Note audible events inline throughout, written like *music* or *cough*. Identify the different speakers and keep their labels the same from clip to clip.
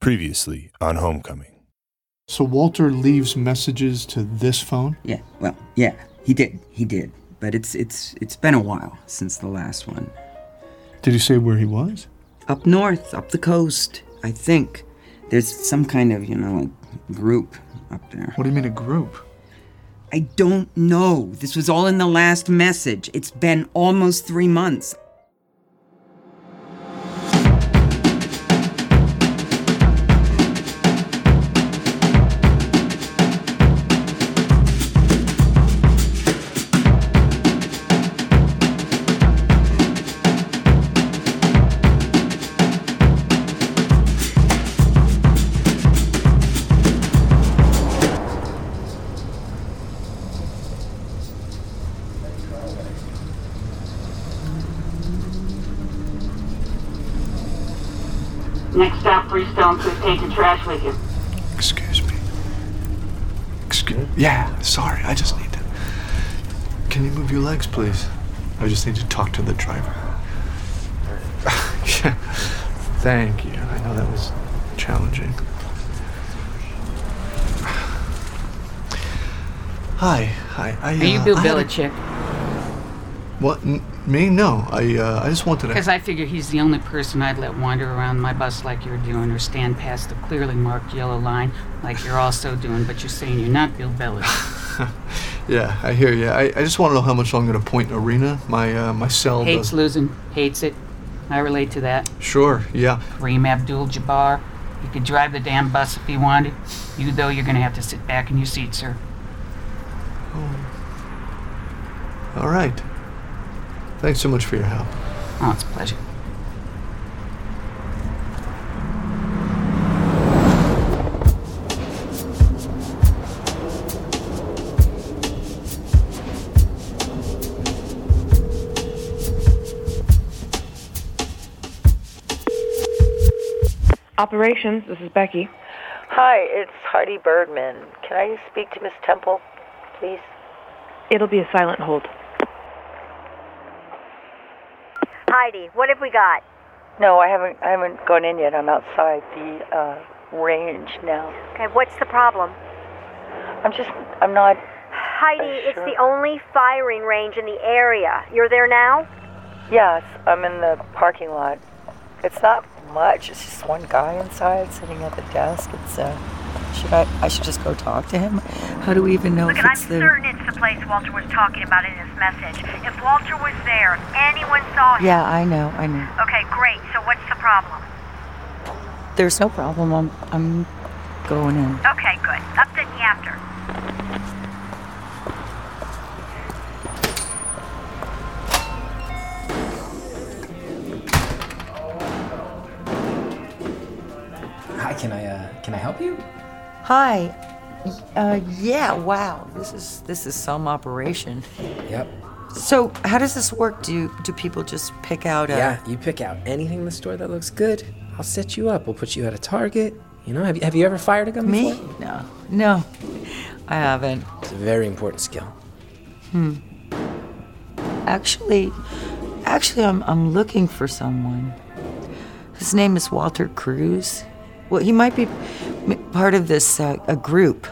Speaker 1: Previously on Homecoming.
Speaker 2: So Walter leaves messages to this phone?
Speaker 3: Yeah, well, yeah, he did. He did. But it's it's it's been a while since the last one.
Speaker 2: Did he say where he was?
Speaker 3: Up north, up the coast, I think. There's some kind of, you know, like group up there.
Speaker 2: What do you mean a group?
Speaker 3: I don't know. This was all in the last message. It's been almost 3 months.
Speaker 4: Next stop, Freestone. Please take your trash with you.
Speaker 5: Excuse me. Excuse. Yeah, sorry. I just need to. Can you move your legs, please? I just need to talk to the driver. *laughs* yeah. Thank you. I know that was challenging. Hi, hi. I,
Speaker 6: Are you
Speaker 5: uh,
Speaker 6: Bill
Speaker 5: I had a-
Speaker 6: Belichick?
Speaker 5: What? N- me? No. I. Uh, I just wanted to.
Speaker 6: Because I figure he's the only person I'd let wander around my bus like you're doing, or stand past the clearly marked yellow line like you're also doing, but you're saying you're not Bill Belichick.
Speaker 5: Yeah, I hear you. I, I just want to know how much longer to point arena. My uh, my cell
Speaker 6: Hates
Speaker 5: does.
Speaker 6: losing, hates it. I relate to that.
Speaker 5: Sure. Yeah.
Speaker 6: Kareem Abdul Jabbar, he could drive the damn bus if he wanted. You, though, you're going to have to sit back in your seat, sir.
Speaker 5: All right. Thanks so much for your help.
Speaker 6: Oh, it's a pleasure.
Speaker 7: Operations, this is Becky.
Speaker 8: Hi, it's Hardy Birdman. Can I speak to Miss Temple, please?
Speaker 7: It'll be a silent hold.
Speaker 9: Heidi, what have we got?
Speaker 8: No, I haven't. I haven't gone in yet. I'm outside the uh, range now.
Speaker 9: Okay, what's the problem?
Speaker 8: I'm just. I'm not.
Speaker 9: Heidi, it's
Speaker 8: sure.
Speaker 9: the only firing range in the area. You're there now?
Speaker 8: Yes, I'm in the parking lot. It's not much. It's just one guy inside sitting at the desk. It's. Uh, should I? I should just go talk to him. How do we even know
Speaker 9: Look,
Speaker 8: Oh, if
Speaker 9: I'm
Speaker 8: it's there?
Speaker 9: certain it's the place Walter was talking about in his message. If Walter was there, if anyone saw him.
Speaker 8: Yeah, I know. I know.
Speaker 9: Okay, great. So what's the problem?
Speaker 8: There's no problem. I'm. I'm going in.
Speaker 9: Okay, good. Update me after.
Speaker 10: Hi, can I uh, can I help you?
Speaker 8: Hi. Uh, yeah. Wow. This is this is some operation.
Speaker 10: Yep.
Speaker 8: So, how does this work? Do do people just pick out a?
Speaker 10: Yeah, you pick out anything in the store that looks good. I'll set you up. We'll put you at a target. You know, have you, have you ever fired a gun
Speaker 8: Me?
Speaker 10: before?
Speaker 8: No, no, I haven't.
Speaker 10: It's a very important skill.
Speaker 8: Actually, actually, I'm I'm looking for someone. His name is Walter Cruz. Well, he might be m- part of this uh, a group,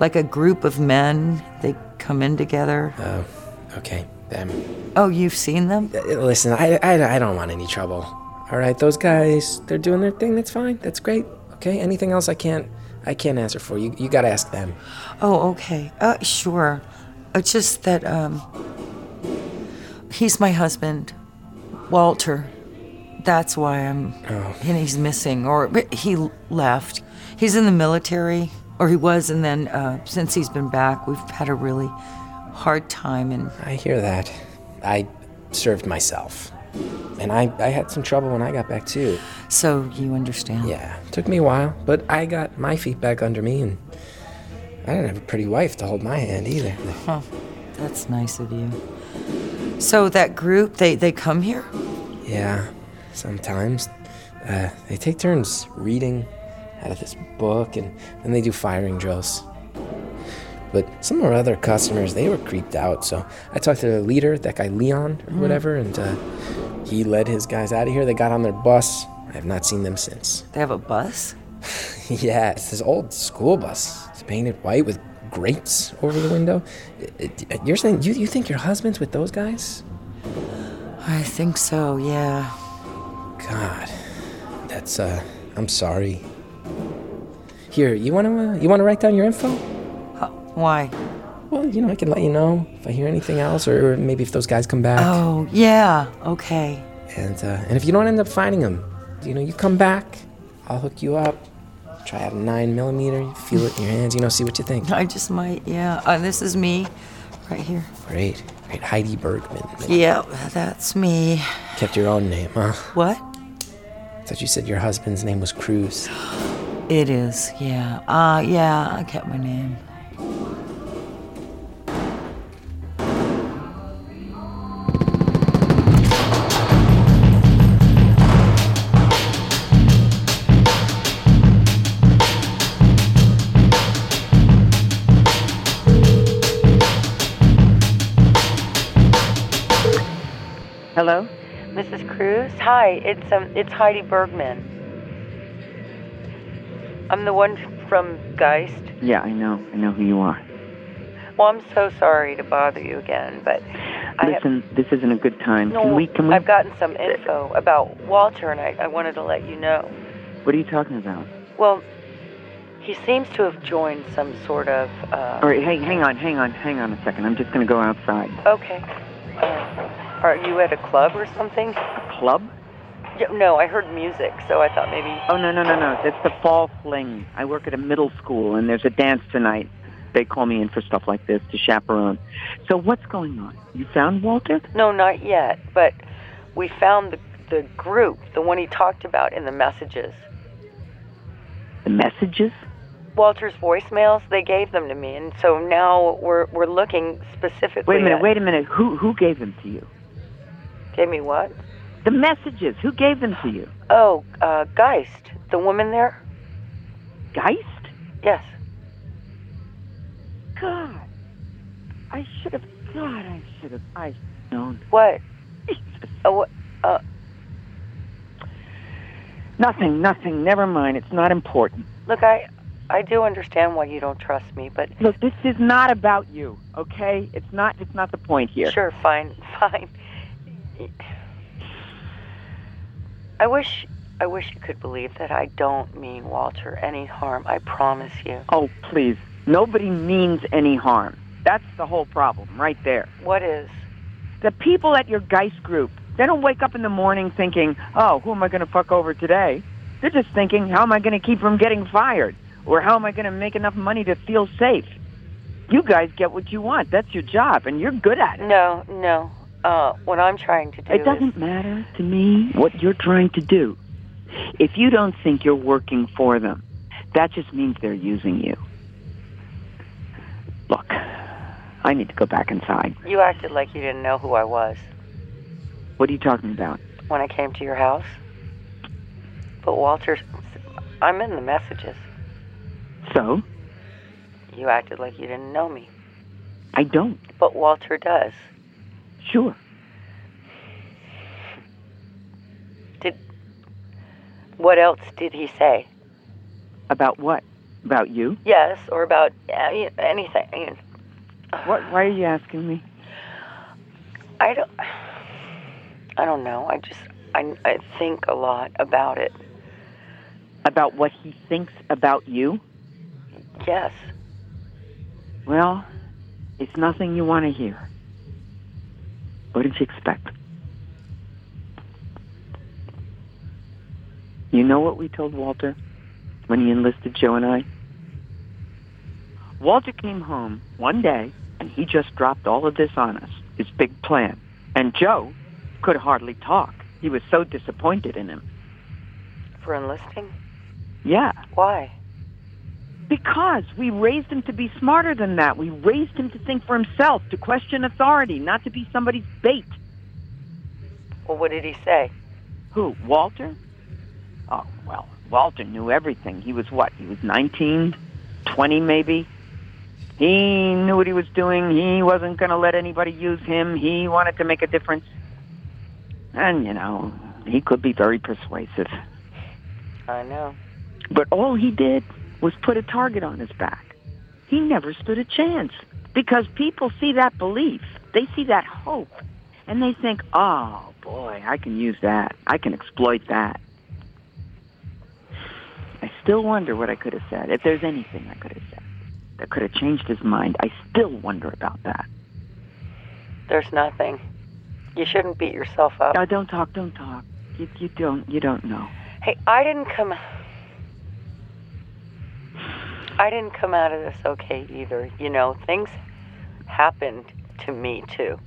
Speaker 8: like a group of men. They come in together.
Speaker 10: Oh, okay. Um,
Speaker 8: Oh, you've seen them?
Speaker 10: uh, listen, I, I, I don't want any trouble. All right, those guys, they're doing their thing. That's fine. That's great. Okay. Anything else I can't I can't answer for you. You gotta ask them.
Speaker 8: Oh, okay. Uh, sure. It's just that um, he's my husband, Walter. That's why I'm.
Speaker 10: Oh.
Speaker 8: And he's missing, or he left. He's in the military, or he was, and then uh, since he's been back, we've had a really hard time. And
Speaker 10: I hear that. I served myself, and I I had some trouble when I got back too.
Speaker 8: so you understand.
Speaker 10: Yeah, took me a while, but I got my feet back under me, and I didn't have a pretty wife to hold my hand either.
Speaker 8: Huh. That's nice of you. So that group, they they come here.
Speaker 10: Yeah, sometimes uh, they take turns reading out of this book, and then they do firing drills. But some of our other customers, they were creeped out, so I talked to the leader, that guy Leon
Speaker 8: Mm-hmm.
Speaker 10: or whatever, and uh, he led his guys out of here. They got on their bus. I have not seen them since.
Speaker 8: They have a bus.
Speaker 10: *laughs* yeah, it's this old school bus. It's painted white with grates over the window. Y- y- You're saying you, you think your husband's with those guys?
Speaker 8: I think so, yeah.
Speaker 10: God, that's uh, I'm sorry. Here, you wanna uh, you wanna write down your info?
Speaker 8: Why?
Speaker 10: Well, you know, I can let you know if I hear anything else, or maybe if those guys come back.
Speaker 8: Oh, yeah, okay.
Speaker 10: And uh, and if you don't end up finding them, you know, you come back. I'll hook you up. Try out a nine millimeter. You feel it in your hands. You know, see what you think.
Speaker 8: I just might, yeah. Uh, this is me right here.
Speaker 10: Great, great. Heidi Bergman.
Speaker 8: Yeah, that's me.
Speaker 10: Kept your own name, huh?
Speaker 8: What?
Speaker 10: Thought you said your husband's name was Cruz.
Speaker 8: It is, yeah. Uh, yeah, I kept my name.
Speaker 11: Hello?
Speaker 8: Mrs. Cruz? Hi, it's um, it's Heidi Bergman. I'm the one from Geist.
Speaker 11: Yeah, I know. I know who you are.
Speaker 8: Well, I'm so sorry to bother you again, but I have,
Speaker 11: Listen, this isn't a good time.
Speaker 8: no,
Speaker 11: can we? Can we?
Speaker 8: I've gotten some info about Walter, and I, I wanted to let you know.
Speaker 11: What are you talking about?
Speaker 8: Well, he seems to have joined some sort of. Uh,
Speaker 11: All right, hey, hang on, hang on, hang on a second. I'm just gonna go outside.
Speaker 8: Okay. Uh, are you at a club or something?
Speaker 11: Club?
Speaker 8: Yeah, No, I heard music, so I thought maybe.
Speaker 11: Oh no, no, no, no. It's the fall fling. I work at a middle school, and there's a dance tonight. They call me in for stuff like this to chaperone. So what's going on? You found Walter?
Speaker 8: No, not yet. But we found the the group, the one he talked about in the messages.
Speaker 11: The messages?
Speaker 8: Walter's voicemails. They gave them to me, and so now we're we're looking
Speaker 11: Wait
Speaker 8: specifically.
Speaker 11: uh, a minute,
Speaker 8: at-
Speaker 11: wait a minute. Who who gave them to you?
Speaker 8: Gave me what?
Speaker 11: The messages. Who gave them to you?
Speaker 8: Oh, uh, Geist, the woman there.
Speaker 11: Geist?
Speaker 8: Yes.
Speaker 11: God, I should have. God, I should have. I known.
Speaker 8: What? Oh, what?
Speaker 11: Nothing, nothing. Never mind. It's not important.
Speaker 8: Look, I I do understand why you don't trust me, but
Speaker 11: Look, this is not about you. Okay? It's not. It's not the point here.
Speaker 8: Sure, fine, *laughs* fine. I wish I wish you could believe that I don't mean Walter any harm. I promise you.
Speaker 11: Oh, please. Nobody means any harm. That's the whole problem, right there.
Speaker 8: What is?
Speaker 11: The people at your Geist group, they don't wake up in the morning thinking, "Oh, who am I going to fuck over today?" They're just thinking, "How am I going to keep from getting fired?" Or "How am I going to make enough money to feel safe?" You guys get what you want. That's your job, and you're good at it.
Speaker 8: No, no. Uh, what I'm trying to do
Speaker 11: It
Speaker 8: is
Speaker 11: doesn't matter to me what you're trying to do. If you don't think you're working for them, that just means they're using you. Look, I need to go back inside.
Speaker 8: you acted like you didn't know who I was
Speaker 11: What are you talking about?
Speaker 8: when I came to your house. But Walter, I'm in the messages.
Speaker 11: So,
Speaker 8: You acted like you didn't know me,
Speaker 11: I don't.
Speaker 8: but Walter does.
Speaker 11: Sure.
Speaker 8: What else did he say?
Speaker 11: About what? About you?
Speaker 8: Yes, or about uh, you know, anything. you know.
Speaker 11: What? Why are you asking me?
Speaker 8: I don't. I don't know. I just. I, I think a lot about it.
Speaker 11: About what he thinks about you?
Speaker 8: Yes.
Speaker 11: Well, it's nothing you want to hear. What did you expect? You know what we told Walter when he enlisted Joe and I? Walter came home one day and he just dropped all of this on us, his big plan. And Joe could hardly talk. He was so disappointed in him.
Speaker 8: For enlisting.
Speaker 11: Yeah.
Speaker 8: Why?
Speaker 11: Because we raised him to be smarter than that. We raised him to think for himself, to question authority, not to be somebody's bait.
Speaker 8: Well, what did he say?
Speaker 11: Who? Walter? Oh, well, Walter knew everything. He was what? He was nineteen, twenty, maybe? He knew what he was doing. He wasn't going to let anybody use him. He wanted to make a difference. And, you know, he could be very persuasive.
Speaker 8: I know.
Speaker 11: But all he did was put a target on his back. He never stood a chance because people see that belief, they see that hope, and they think, oh boy, I can use that. I can exploit that. I still wonder what I could have said, if there's anything I could have said that could have changed his mind. I still wonder about that.
Speaker 12: There's nothing. You shouldn't beat yourself up.
Speaker 11: No, don't talk, don't talk. You, you don't, you don't know.
Speaker 12: Hey, I didn't come. I didn't come out of this okay either. You know, things happened to me too.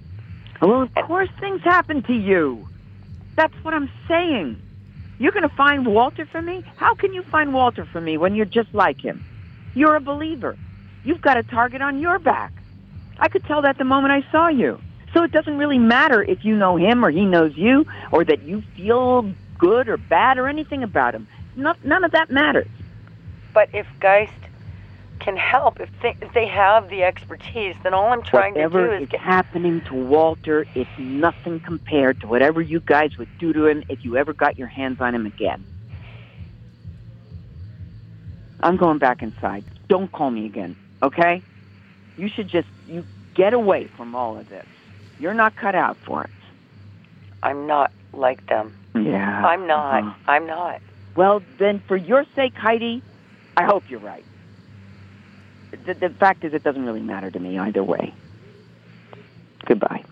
Speaker 11: Well, of course things happen to you. That's what I'm saying. You're going to find Walter for me? How can you find Walter for me when you're just like him? You're a believer. You've got a target on your back. I could tell that the moment I saw you. So it doesn't really matter if you know him or he knows you or that you feel good or bad or anything about him. No, none of that matters.
Speaker 12: But if Geist can help, if they, if they have the expertise, then all I'm trying
Speaker 11: whatever
Speaker 12: to do is get.
Speaker 11: happening to Walter, it's nothing compared to whatever you guys would do to him if you ever got your hands on him again. I'm going back inside. Don't call me again, okay? You should just you get away from all of this. You're not cut out for it.
Speaker 12: I'm not like them.
Speaker 11: Yeah.
Speaker 12: I'm not. I'm not.
Speaker 11: Uh-huh. Well, then, for your sake, Heidi, I hope you're right. The, the fact is, it doesn't really matter to me either way. Goodbye.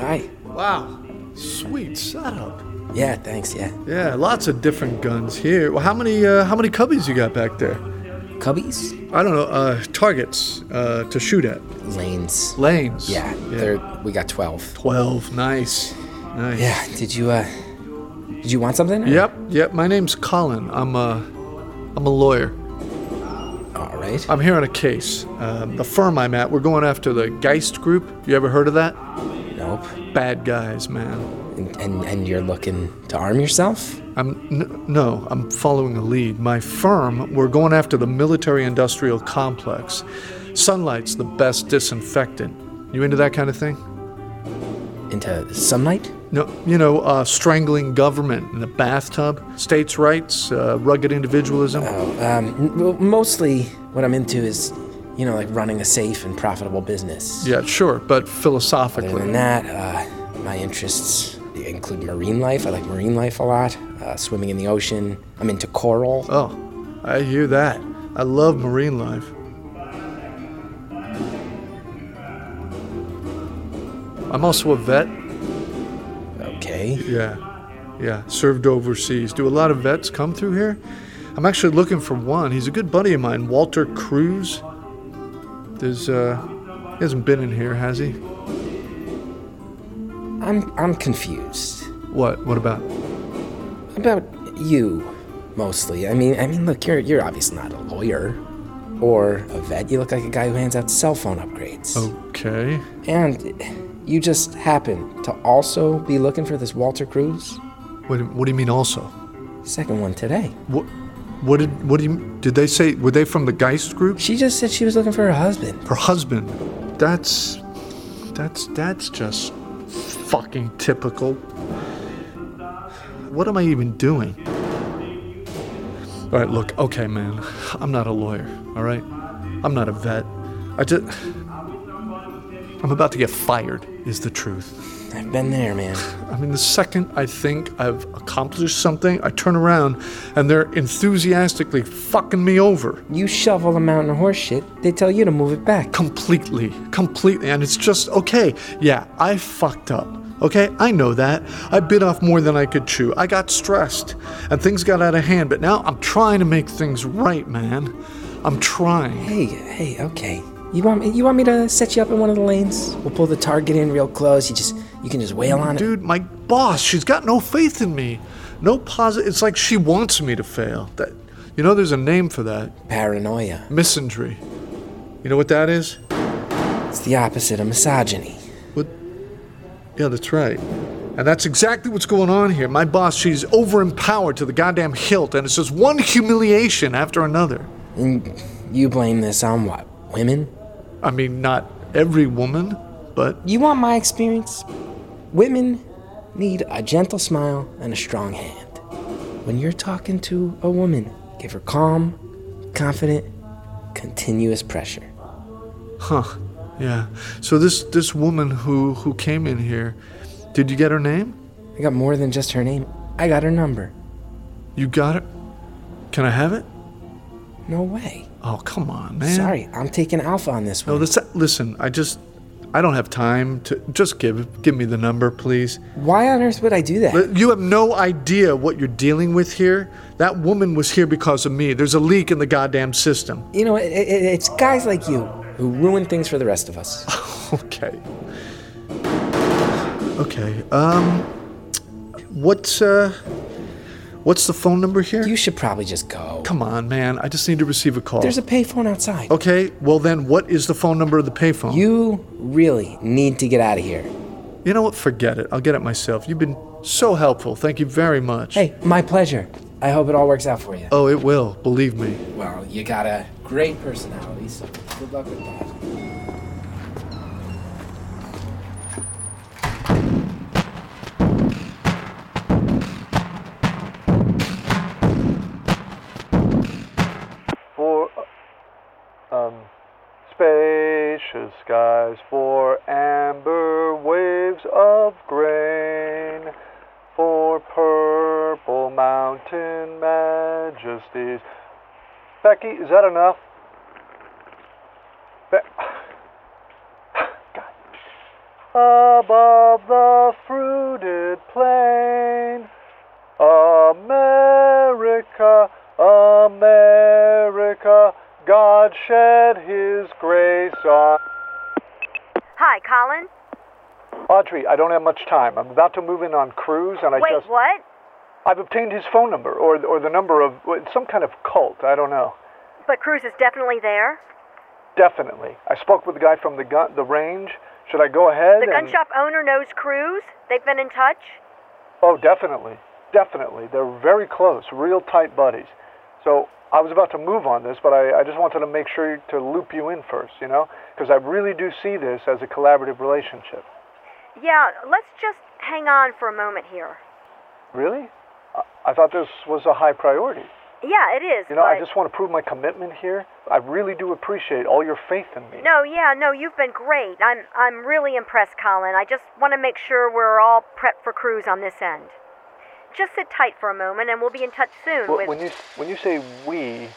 Speaker 10: Hi.
Speaker 5: Wow. Sweet setup.
Speaker 10: Yeah, thanks. Yeah.
Speaker 5: Yeah, lots of different guns here. Well, how many uh, how many cubbies you got back there?
Speaker 10: Cubbies?
Speaker 5: I don't know. Uh, targets uh, to shoot at.
Speaker 10: Lanes.
Speaker 5: Lanes.
Speaker 10: Yeah. There, we got twelve.
Speaker 5: Twelve. Nice. Nice.
Speaker 10: Yeah. Did you uh? Did you want something?
Speaker 5: Yep. Yep. My name's Colin. I'm a I'm a lawyer.
Speaker 10: All right.
Speaker 5: I'm here on a case. Um, the firm I'm at, we're going after the Geist Group. You ever heard of that?
Speaker 10: Nope.
Speaker 5: Bad guys, man.
Speaker 10: And and, and you're looking to arm yourself?
Speaker 5: I'm n- no, I'm following a lead. My firm, we're going after the military-industrial complex. Sunlight's the best disinfectant. You into that kind of thing?
Speaker 10: Into sunlight?
Speaker 5: No, you know, uh, strangling government in the bathtub, states' rights, uh, rugged individualism.
Speaker 10: Um, n- well, mostly what I'm into is, you know, like running a safe and profitable business.
Speaker 5: yeah, sure, but philosophically.
Speaker 10: Other than that, uh, my interests include marine life. I like marine life a lot. Uh, swimming in the ocean. I'm into coral.
Speaker 5: Oh, I hear that. I love marine life. I'm also a vet.
Speaker 10: Okay.
Speaker 5: Yeah. Yeah. Served overseas. Do a lot of vets come through here? I'm actually looking for one. He's a good buddy of mine, Walter Cruz. There's, uh, he hasn't been in here, has he?
Speaker 10: I'm I'm confused
Speaker 5: What? What about?
Speaker 10: about you, mostly. I mean, I mean, look, you're you're obviously not a lawyer or a vet. You look like a guy who hands out cell phone upgrades.
Speaker 5: Okay.
Speaker 10: And you just happen to also be looking for this Walter Cruz?
Speaker 5: What, do- what do you mean also?
Speaker 10: Second one today.
Speaker 5: What, what did, what do you, did they say, were they from the Geist group?
Speaker 10: She just said she was looking for her husband.
Speaker 5: Her husband. That's, that's, that's just fucking typical. What am I even doing? All right, look, okay, man. I'm not a lawyer, all right? I'm not a vet. I just, I'm about to get fired, is the truth.
Speaker 10: I've been there, man.
Speaker 5: I mean, the second I think I've accomplished something, I turn around and they're enthusiastically fucking me over.
Speaker 10: You shovel a mountain of horse shit, they tell you to move it back.
Speaker 5: Completely. Completely. And it's just, okay, yeah, I fucked up. Okay, I know that. I bit off more than I could chew. I got stressed and things got out of hand, but now I'm trying to make things right, man. I'm trying.
Speaker 10: Hey, hey, okay. You want me? You want me to set you up in one of the lanes? We'll pull the target in real close. You just you can just wail on it.
Speaker 5: Dude, my boss, she's got no faith in me. No positive. It's like she wants me to fail. That, you know, there's a name for that.
Speaker 10: Paranoia.
Speaker 5: Misandry. You know what that is?
Speaker 10: It's the opposite of misogyny.
Speaker 5: What? Yeah, that's right. And that's exactly what's going on here. My boss, she's overempowered to the goddamn hilt, and it's just one humiliation after another.
Speaker 10: And you blame this on what? Women?
Speaker 5: I mean, not every woman, but.
Speaker 10: You want my experience? Women need a gentle smile and a strong hand. When you're talking to a woman, give her calm, confident, continuous pressure.
Speaker 5: Huh. Yeah. So this this woman who who came in here, did you get her name?
Speaker 10: I got more than just her name. I got her number.
Speaker 5: You got her? Can I have it?
Speaker 10: No way.
Speaker 5: Oh, come on, man.
Speaker 10: Sorry, I'm taking alpha on this one.
Speaker 5: No, this, listen, I just I don't have time to just give give me the number, please.
Speaker 10: Why on earth would I do that?
Speaker 5: You have no idea what you're dealing with here. That woman was here because of me. There's a leak in the goddamn system.
Speaker 10: You know, it, it, it's guys like you who ruin things for the rest of us.
Speaker 5: *laughs* okay. Okay. Um what's uh what's the phone number here?
Speaker 10: You should probably just go.
Speaker 5: Come on, man. I just need to receive a call.
Speaker 10: There's a payphone outside.
Speaker 5: Okay, well then what is the phone number of the payphone?
Speaker 10: You really need to get out of here.
Speaker 5: You know what? Forget it. I'll get it myself. You've been so helpful. Thank you very much.
Speaker 10: Hey, my pleasure. I hope it all works out for you.
Speaker 5: Oh, it will. Believe me.
Speaker 10: Well, you got a great personality, so good luck with that.
Speaker 13: For um, spacious skies, for amber waves of grain, for purple mountain majesties. Becky, is that enough? Be- *sighs* Above the fruited plain, America, America, God shed His grace on.
Speaker 9: Hi, Colin.
Speaker 13: Audrey, I don't have much time. I'm about to move in on cruise, and I
Speaker 9: Wait,
Speaker 13: just.
Speaker 9: what?
Speaker 13: I've obtained his phone number, or or the number of it's some kind of cult. I don't know.
Speaker 9: But Cruz is definitely there.
Speaker 13: Definitely, I spoke with the guy from the gun, the range. Should I go ahead?
Speaker 9: The gun
Speaker 13: and-
Speaker 9: shop owner knows Cruz. They've been in touch.
Speaker 13: Oh, definitely. Definitely. They're very close, real tight buddies. So I was about to move on this, but I, I just wanted to make sure to loop you in first, you know? Because I really do see this as a collaborative relationship.
Speaker 9: Yeah, let's just hang on for a moment here.
Speaker 13: Really? I, I thought this was a high priority.
Speaker 9: Yeah, it is.
Speaker 13: You know, I
Speaker 9: but-
Speaker 13: just want to prove my commitment here. I really do appreciate all your faith in me.
Speaker 9: No, yeah, no, you've been great. I'm I'm really impressed, Colin. I just want to make sure we're all prepped for cruise on this end. Just sit tight for a moment and we'll be in touch soon
Speaker 13: Well,
Speaker 9: with
Speaker 13: when you when you say we,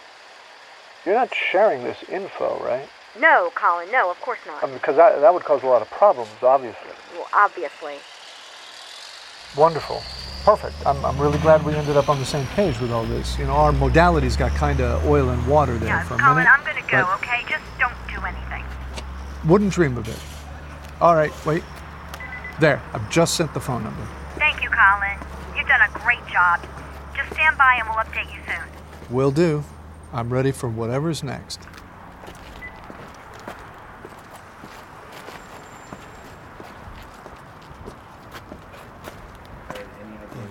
Speaker 13: you're not sharing this info, right?
Speaker 9: No, Colin, no, of course not.
Speaker 13: I mean, because that, that would cause a lot of problems, obviously.
Speaker 9: well, obviously.
Speaker 5: Wonderful. Perfect. I'm, I'm really glad we ended up on the same page with all this. You know, our modalities got kind of oil and water there for a minute. but
Speaker 9: okay? Just don't do anything.
Speaker 5: Wouldn't dream of it. All right, wait. There, I've just sent the phone number.
Speaker 9: Thank you, Colin. You've done a great job. Just stand by and we'll update you soon.
Speaker 2: Will do. I'm ready for whatever's next.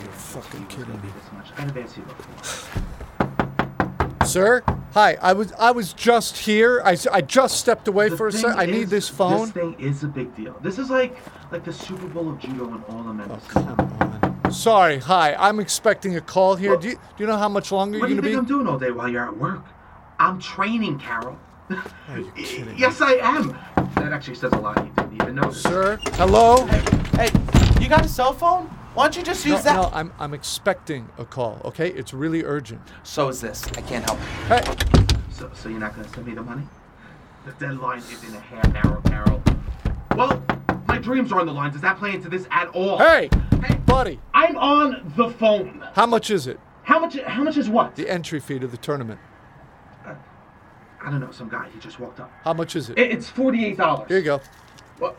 Speaker 1: You're fucking kidding me.
Speaker 5: Sir? Hi, I was I was just here. I, s- I just stepped away
Speaker 14: The
Speaker 5: for a
Speaker 14: thing
Speaker 5: sec. I need
Speaker 14: is,
Speaker 5: this phone.
Speaker 14: This thing is a big deal. This is like like the Super Bowl of judo and all the men.
Speaker 5: Sorry, hi. I'm expecting a call here. do, you, do you know how much longer
Speaker 14: What do
Speaker 5: you're
Speaker 14: you
Speaker 5: going
Speaker 14: think
Speaker 5: to
Speaker 14: I'm
Speaker 5: be?
Speaker 14: doing all day while you're at work? I'm training, Carol. Are *laughs*
Speaker 5: you kidding?
Speaker 14: Yes, I am. That actually says a lot. You didn't even know.
Speaker 5: Sir, hello?
Speaker 15: Hey, you got a cell phone? Why don't you just use
Speaker 5: No,
Speaker 15: that?
Speaker 5: no, I'm, I'm expecting a call, okay? It's really urgent.
Speaker 15: So is this. I can't help it.
Speaker 5: Hey.
Speaker 14: So, so you're not gonna send me the money? The deadline is in a half hour, Carol. Well, my dreams are on the line. Does that play into this at all?
Speaker 5: Hey, buddy.
Speaker 14: I'm on the phone.
Speaker 5: How much is it?
Speaker 14: How much? How much is what? Uh,
Speaker 5: The entry fee to the tournament.
Speaker 14: I don't know, some guy. He just walked up.
Speaker 5: How much is it?
Speaker 14: It- it's forty-eight dollars.
Speaker 5: Here you go.
Speaker 14: What?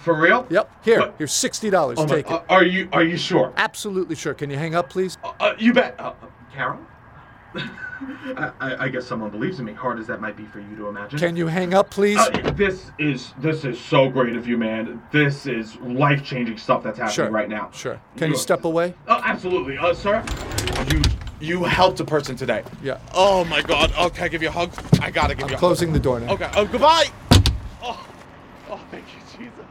Speaker 14: For real?
Speaker 5: Yep. Here, here's sixty dollars.
Speaker 14: Oh my-
Speaker 5: Take
Speaker 14: uh,
Speaker 5: it.
Speaker 14: are you- are you sure?
Speaker 5: Absolutely sure. Can you hang up, please?
Speaker 14: Uh, you bet. Uh, uh,
Speaker 15: *laughs*
Speaker 14: Carol? I, I, I guess someone believes in me. Hard as that might be for you to imagine.
Speaker 5: Can you hang up, please?
Speaker 14: Uh, this is this is so great of you, man. This is life changing stuff that's happening
Speaker 5: Sure,
Speaker 14: right now. Sure.
Speaker 5: Can you step away?
Speaker 14: Uh, absolutely, uh, sir. You
Speaker 15: You helped a person today.
Speaker 5: Yeah.
Speaker 15: Oh my God. Oh, can I give you a hug? I gotta give you. a
Speaker 5: Closing
Speaker 15: hug.
Speaker 5: the door now.
Speaker 15: Okay. Oh, goodbye. Oh, oh, thank you, Jesus.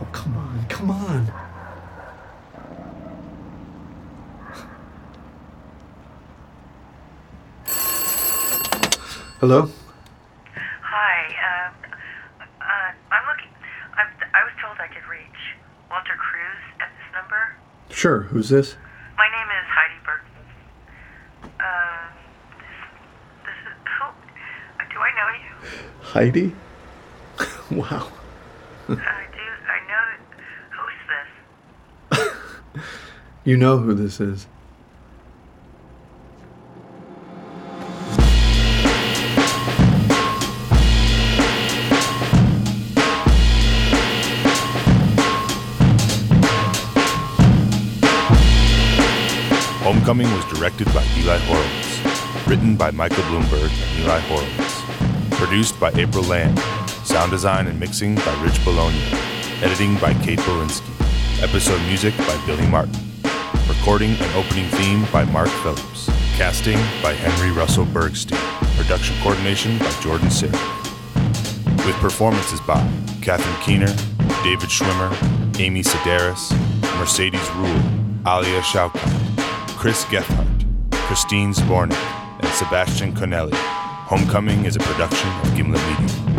Speaker 5: Oh, come on, come on. Hello?
Speaker 16: Hi. Uh, uh, I'm looking. I, I was told I could reach Walter Cruz at this number.
Speaker 5: Sure, who's this?
Speaker 16: My name is Heidi Burton. Uh, this, this is. Who, do I know you?
Speaker 5: *laughs* Heidi? wow.
Speaker 16: I do. I know. Who's this?
Speaker 5: You know who this is.
Speaker 17: Homecoming was directed by Eli Horowitz, written by Michael Bloomberg and Eli Horowitz, produced by April Land, sound design and mixing by Rich Bologna, editing by Kate Bolinsky, episode music by Billy Martin, recording and opening theme by Mark Phillips, casting by Henry Russell Bergstein, production coordination by Jordan Sick with performances by Katherine Keener, David Schwimmer, Amy Sedaris, Mercedes Rule, Alia Shaukat, Chris Gethard, Christine Zbornik, and Sebastian Connelly. Homecoming is a production of Gimlet Media.